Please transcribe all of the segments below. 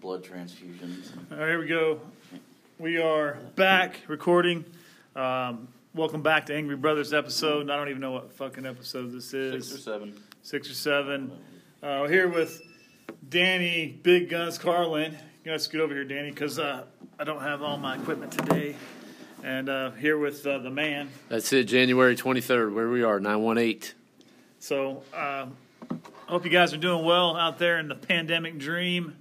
blood transfusions. All right, here we go. We are back recording. Um, welcome back to Angry Brothers episode. I don't even know what fucking episode this Six or is. seven. Six or seven. Uh, we're here with Danny Big Guns Carlin. You gotta scoot over here, Danny, because uh, I don't have all my equipment today. And uh, here with uh, the man. That's it, January 23rd, where we are, 918. So um, hope you guys are doing well out there in the pandemic dream.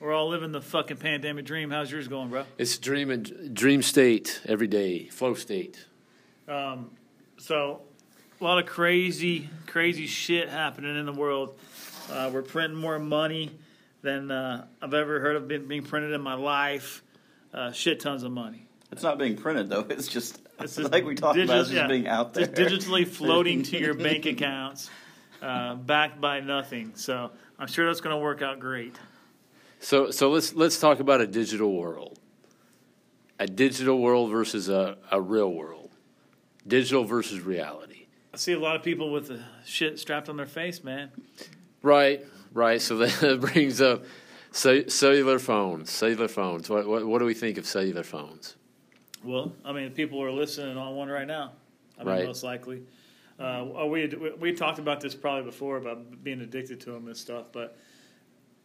We're all living the fucking pandemic dream. How's yours going, bro? It's dream and dream state every day, flow state. So, a lot of crazy, crazy shit happening in the world. Uh, we're printing more money than uh, I've ever heard of been, being printed in my life. Uh, shit tons of money. It's not being printed though. It's just, It's just like we talked about. digi- It's just yeah, being out there. Just digitally floating to your bank accounts, uh, backed by nothing. So, I'm sure that's going to work out great. So, so let's let's talk about a digital world, a digital world versus a, a real world, digital versus reality. I see a lot of people with the shit strapped on their face, man. Right, right. So that brings up ce- cellular phones. Cellular phones. What, what what do we think of cellular phones? Well, I mean, people are listening on one right now. I mean, Right. most likely. Uh, oh, we, had- we we talked about this probably before about being addicted to them and stuff, but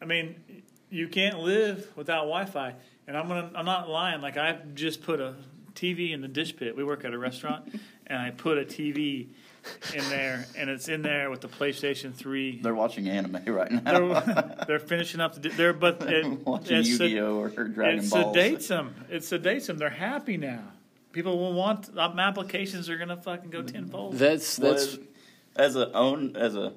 I mean, you can't live without Wi-Fi. And I'm gonna I'm not lying. Like I just put a TV in the dish pit. We work at a restaurant, and I put a TV in there, and it's in there with the PlayStation Three. They're watching anime right now. They're, they're finishing up the. di- They're but it, watching it's a- Yu-Gi-Oh or Dragon it Balls. sedates them. It sedates them. They're happy now. People will want um, applications are gonna fucking go tenfold. That's that's Was- as a own as a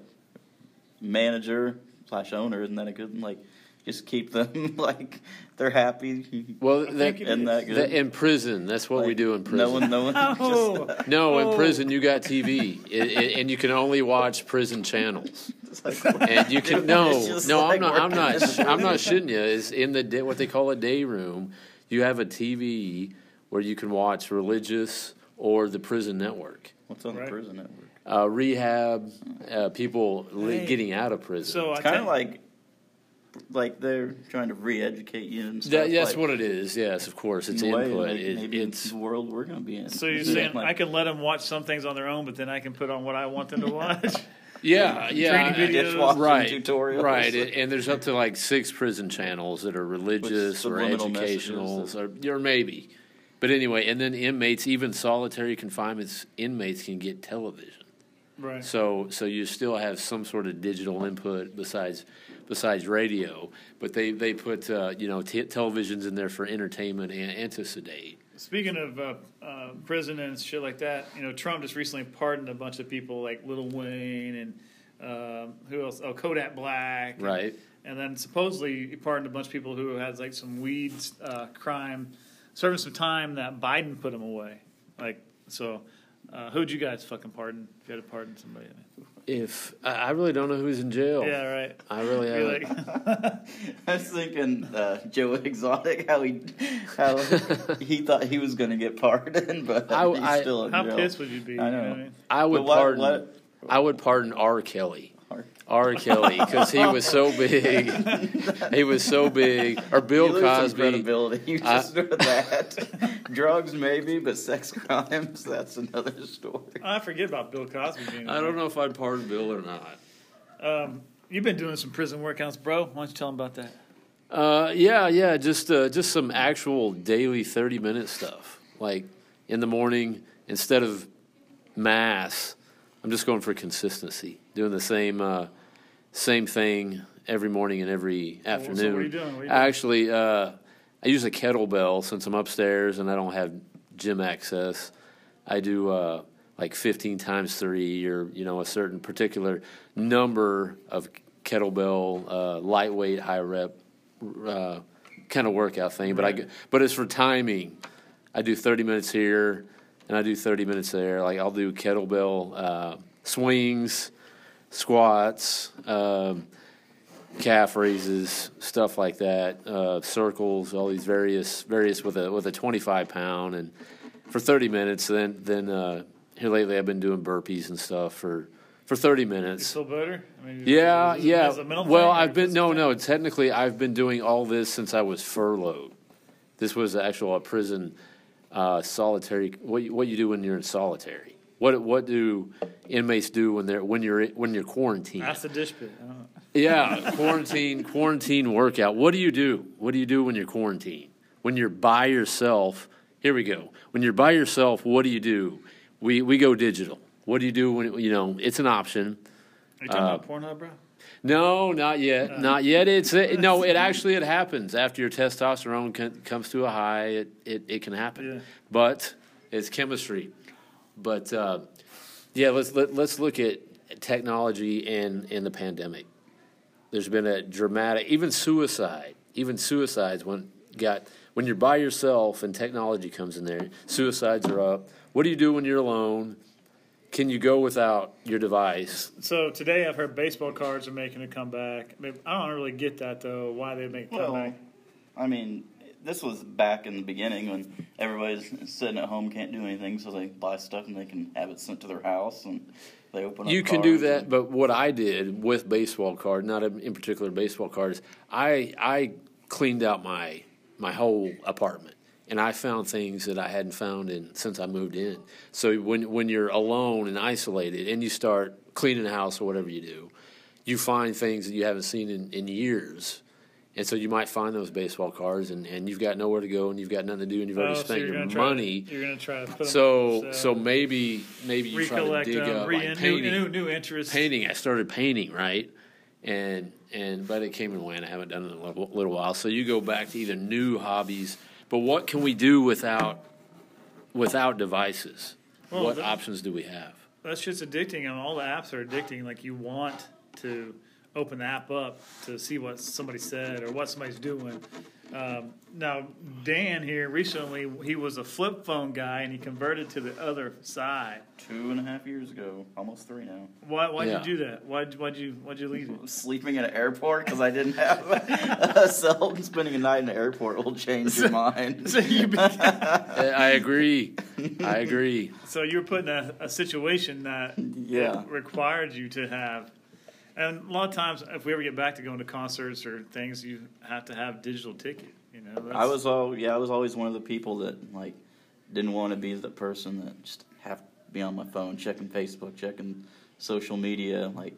manager slash owner. Isn't that a good like? Just keep them like they're happy. well. think it That, Isn't that good? that in prison, that's what we Like, do in prison. No one, no one. just- oh, No, Oh. in prison you got TV, I- I- and you can only watch prison channels. It's like, And you can It's no, just no, like I'm not, I'm working not, in the I'm not shitting you. Is in the day, what they call a day room. You have a TV where you can watch religious or the prison network, what's on Right. the prison network? uh, rehab, uh, people li- Hey. getting out of prison. so I It's kind tell- of like like they're trying to re-educate you and stuff. That- that's like, what it is. Yes, of course, it's in a way, input. Maybe, It- maybe it's the world we're going to be in. So you're Yeah, saying like, I can let them watch some things on their own, but then I can put on what I want them to watch. yeah, yeah. Training videos. dishwashing right, tutorials, Right, and, and there's up to like six prison channels that are religious or subliminal educational, messages or, or maybe. But anyway, and then inmates, even solitary confinements, inmates can get television. right. So, so you still have some sort of digital input besides besides radio. But they they put uh, you know t- televisions in there for entertainment and, and to sedate. Speaking of uh, uh, prison and shit like that, you know, Trump just recently pardoned a bunch of people like Lil Wayne and um, who else? Oh, Kodak Black. Right. And then supposedly he pardoned a bunch of people who had like some weed uh, crime, serving some time that Biden put him away. Like, so uh, who'd you guys fucking pardon? If you had to pardon somebody. If I, I really don't know who's in jail. Yeah, right. I really Be haven't. like, I was thinking uh, Joe Exotic, how he how he thought he was going to get pardoned, but I- he's I- still in how jail. pissed would you be? I you know. what I mean? I would But what- pardon. what- I would pardon R. Kelly. R. R. Kelly, because he was so big. he was so big. Or You Bill lose some Cosby. credibility. You I- just know that drugs maybe, but sex crimes—that's another story. I forget about Bill Cosby being. Um, I don't know if I'd pardon Bill or not. You've been doing some prison workouts, bro. Why don't you tell him about that? Uh, yeah, yeah, just uh, just some actual daily thirty minute stuff. Like in the morning, instead of mass, I'm just going for consistency, doing the same uh, same thing every morning and every so afternoon. what are you doing? What are you doing? Actually, uh, I use a kettlebell since I'm upstairs and I don't have gym access. I do uh, like 15 times three, or you know, a certain particular number of kettlebell uh, lightweight high rep uh, kind of workout thing. But I g- but it's for timing. I do 30 minutes here and I do 30 minutes there. Like I'll do kettlebell uh, swings, squats. Um, calf raises, stuff like that, uh, circles, all these various various with a with a 25 pound and for 30 minutes. Then then uh, here lately I've been doing burpees and stuff for for 30 You minutes. feel better? I mean, Yeah, is it- yeah. is it a mental Well, thing or I've been no, physical no. thing? Technically, I've been doing all this since I was furloughed. This was actual a prison uh, solitary. What you, what you do when you're in solitary? What what do inmates do when they're when you're when you're quarantined? That's the dish pit. I don't know. Yeah, quarantine, quarantine workout. What do you do? What do you do when you're quarantined? When you're by yourself, here we go. When you're by yourself, what do you do? We we go digital. What do you do when you know it's an option? Are you Uh, talking about Pornhub, bro? No, not yet, not yet. It's it, no, it actually it happens after your testosterone can, comes to a high. It it, it can happen, Yeah. but it's chemistry. But uh, yeah, let's let, let's look at technology and and the pandemic. There's been a dramatic, even suicide, even suicides when got when you're by yourself and technology comes in there. Suicides are up. What do you do when you're alone? Can you go without your device? So today I've heard baseball cards are making a comeback. I, mean, I don't really get that though. Why they make a Well, comeback? I mean, this was back in the beginning when everybody's sitting at home, can't do anything, so they buy stuff and they can have it sent to their house, and they open. up You can do cards that, and- but what I did with baseball card, not in particular baseball cards, I I cleaned out my my whole apartment and I found things that I hadn't found in since I moved in. So when when you're alone and isolated and you start cleaning the house or whatever you do, you find things that you haven't seen in, in years. And so you might find those baseball cards and, and you've got nowhere to go and you've got nothing to do and you've already Oh, so spent you're your gonna try to- money. you're gonna try to put 'em- so so maybe maybe you try to recollect dig them, up re- like new, painting new new interests. painting. I started painting, right? And and but it came and went. I haven't done it in a little, little while. So you go back to either new hobbies. But what can we do without without devices? Well, what the- options do we have? That's just addicting, and all the apps are addicting. Like you want to open the app up to see what somebody said or what somebody's doing. Um, now Dan here recently, he was a flip phone guy, and he converted to the other side. two and a half years ago, almost three now. Why? Why'd Yeah. you do that? Why? Why'd you? Why'd you leave it? I was Sleeping in an airport because I didn't have a cell. and Spending a night in an airport will change your mind. So you, be- I I agree. I agree. so you were put in a, a situation that Yeah. required you to have. And a lot of times, if we ever get back to going to concerts or things, you have to have digital ticket. You know, that's, I was all yeah, I was always one of the people that like didn't want to be the person that just have to be on my phone checking Facebook, checking social media like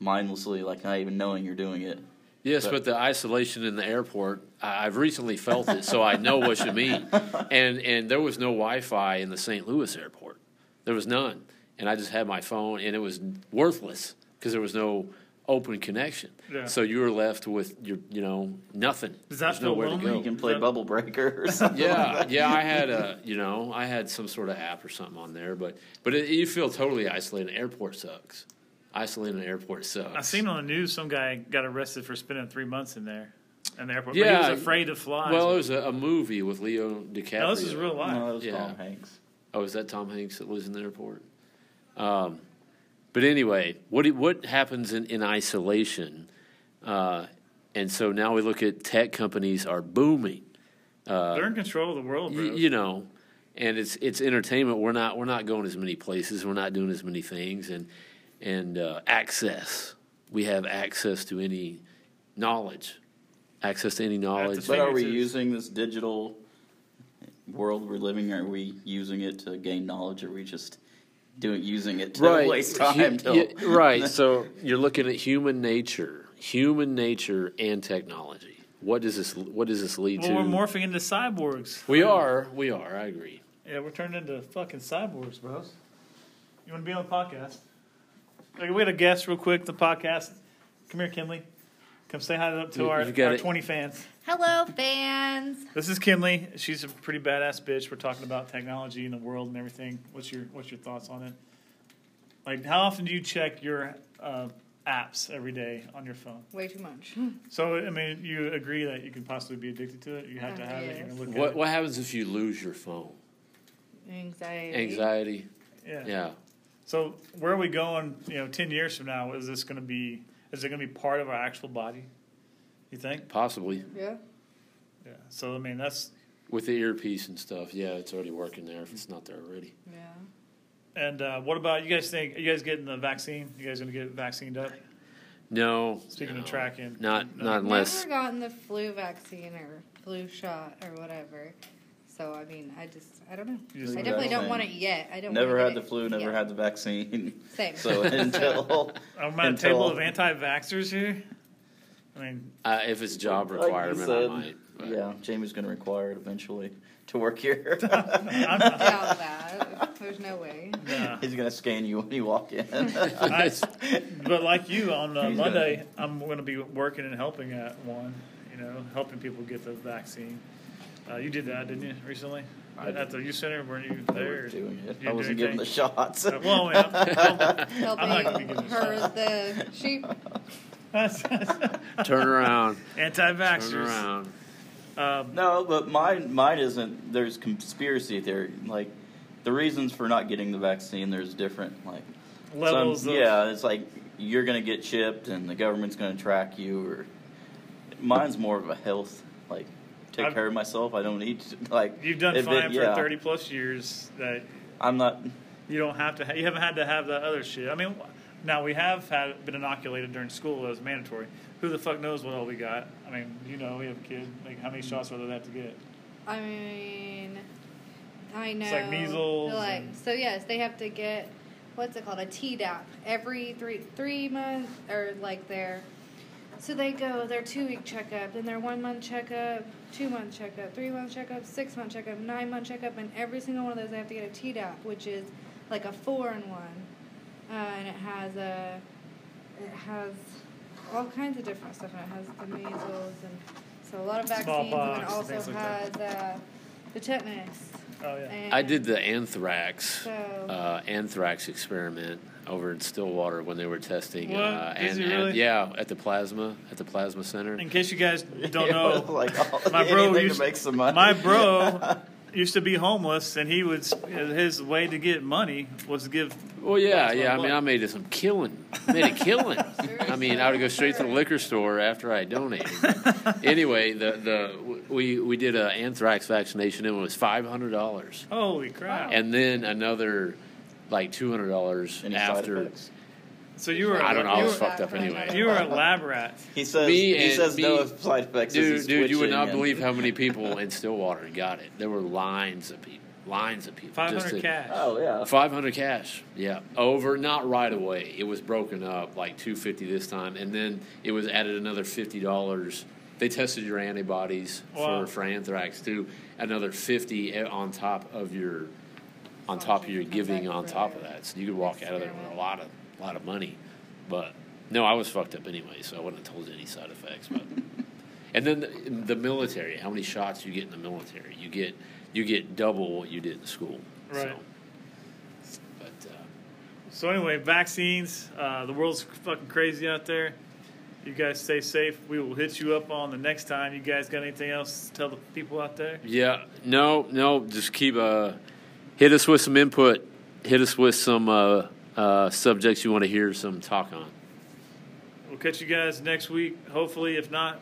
mindlessly, like not even knowing you're doing it. Yes, But- but the isolation in the airport, I- I've recently felt it, so I know what you mean. And and there was no Wi-Fi in the St. Louis airport. There was none, and I just had my phone, and it was worthless because there was no open connection. Yeah. So you were left with your, you know, nothing. Does that There's feel nowhere lonely? You to go. can play Yeah. Bubble Breaker or something. Yeah, yeah. I had a, you know, I had some sort of app or something on there, but but it, you feel totally isolated. Airport sucks. Isolating an airport sucks. I seen on the news some guy got arrested for spending three months in there, in the airport. but Yeah. he was afraid to fly. Well, it was a, a movie with Leo DiCaprio. no, this is real life. No, that was Yeah. Tom Hanks. Oh, is that Tom Hanks that lives in the airport? Um, but anyway, what what happens in, in isolation? Uh, and so now we look at tech companies are booming. They're in control of the world, Y- bro. you know, and it's it's entertainment. We're not we're not going as many places. We're not doing as many things, and and uh, access. We have access to any knowledge, access to any knowledge. But are we Fingertips. using this digital world we're living? Are we using it to gain knowledge? Or are we just doing using it to waste Hu- time? till, yeah, right. so you're looking at human nature, human nature, and technology. What does this? What does this lead well, to? we're morphing into cyborgs. we are. We are. I agree. Yeah, we're turned into fucking cyborgs, bros. You want to be on the podcast? Like, we had a guest real quick. The podcast. Come here, Kinley. Come say hi to You- our, you got our it. twenty fans. Hello, fans. This is Kinley. She's a pretty badass bitch. We're talking about technology and the world and everything. What's your What's your thoughts on it? Like, how often do you check your uh, apps every day on your phone? Way too much. So, I mean, you agree that you can possibly be addicted to it. You have to have it. You're gonna look What at What happens if you lose your phone? Anxiety. Anxiety. it. Yeah. Yeah. So, where are we going? You know, ten years from now, is this going to be? Is it going to be part of our actual body? You think? Possibly Yeah. Yeah. So, I mean, that's with the earpiece and stuff. Yeah, it's already working there. If it's not there already. Yeah. And uh, what about you guys? Think you guys getting the vaccine? You guys gonna get vaccinated up? No. Speaking no, of tracking, Not not unless Never gotten the flu vaccine or flu shot or whatever. So I mean, I just I don't know. You just I don't definitely know. don't want it yet. I don't. Never wanna had get the it flu, never yet. had the vaccine. Same. So until I'm on a Until- table of anti-vaxxers here. I mean, uh, if it's job Like you requirement, said, I might. but- yeah, Jamie's going to require it eventually to work here. I doubt that. There's no way. nah. He's going to scan you when you walk in. I, but like you on uh, He's Monday, I'm going to be working and helping at one. You know, helping people get the vaccine. Uh, you did that, didn't you, recently? I at the youth center, weren't you They there? were doing it. You I wasn't do giving the anything? shots. Uh, well, I mean, Helping not gonna be giving a her shot. the sheep. I'm- Turn around. Turn anti-vaxxers. around. Um, No, but mine mine isn't. There's conspiracy theory. Like the reasons for not getting the vaccine. There's different like levels some- of yeah, it's like you're gonna get chipped and the government's gonna track you. Or mine's more of a health like take I've- care of myself. I don't need to, like You've done admit- fine for yeah, thirty plus years that I'm not. you don't have to. Ha- you haven't had to have that other shit. I mean, wh- now we have had been inoculated during school as mandatory. Who the fuck knows what all we got? I mean, you know, we have a kid. Like, how many shots will they have to get? I mean, I know. It's like measles They're Like and- so, yes, they have to get what's it called a Tdap every three three months or like their. So they go their two week checkup, then their one month checkup, two month checkup, three month checkup, six month checkup, nine month checkup, and every single one of those they have to get a Tdap, which is like a four in one, uh, and it has a it has all kinds of different stuff. And it has the measles and so a lot of vaccines, and it Smallpox, also things like that. has uh, the tetanus. Oh yeah. And I did the anthrax So- uh, anthrax experiment over in Stillwater when they were testing. What? Uh, Did and, you and- really? yeah, at the plasma at the plasma center. In case you guys don't know, like all, my bro anything used to make some money. my bro used to be homeless, and he was his way to get money was to give. Well, yeah, Plasma yeah. I mean, blood. I made it some killing. Made a killing. I mean, I would go straight to the liquor store after I donated. anyway, the the we we did a anthrax vaccination and it was five hundred dollars, Holy crap! and then another like two hundred dollars Any side after. effects? so you were I don't know. I you was were, fucked up anyway. you were a lab rat. He says Me he and- says no me- side effects. as he's Dude, dude, you would twitching not and- believe how many people in Stillwater got it. There were lines of people, lines of people. Five just hundred to- cash. Oh yeah. 500 cash. Yeah. Over, not right away. It was broken up like 250 this time. And then it was added another $50. They tested your antibodies Wow. for, for anthrax too. Another 50 on top of your, on top of your giving on top of that. So you could walk out of there with a lot of, lot of money. But no, I was fucked up anyway, so I wouldn't have told you any side effects. But and then the, the military, how many shots you get in the military? You get, you get double what you did in school. Right. So. But uh, So anyway, vaccines. Uh, the world's fucking crazy out there. You guys stay safe. We will hit you up on the next time. You guys got anything else to tell the people out there? yeah, no, no, just keep uh, hit us with some input. Hit us with some uh, uh, subjects you want to hear some talk on. We'll catch you guys next week. Hopefully, if not,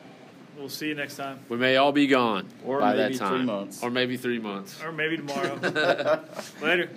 we'll see you next time We may all be gone Or by maybe that three time, months. or maybe three months. or maybe tomorrow. Later.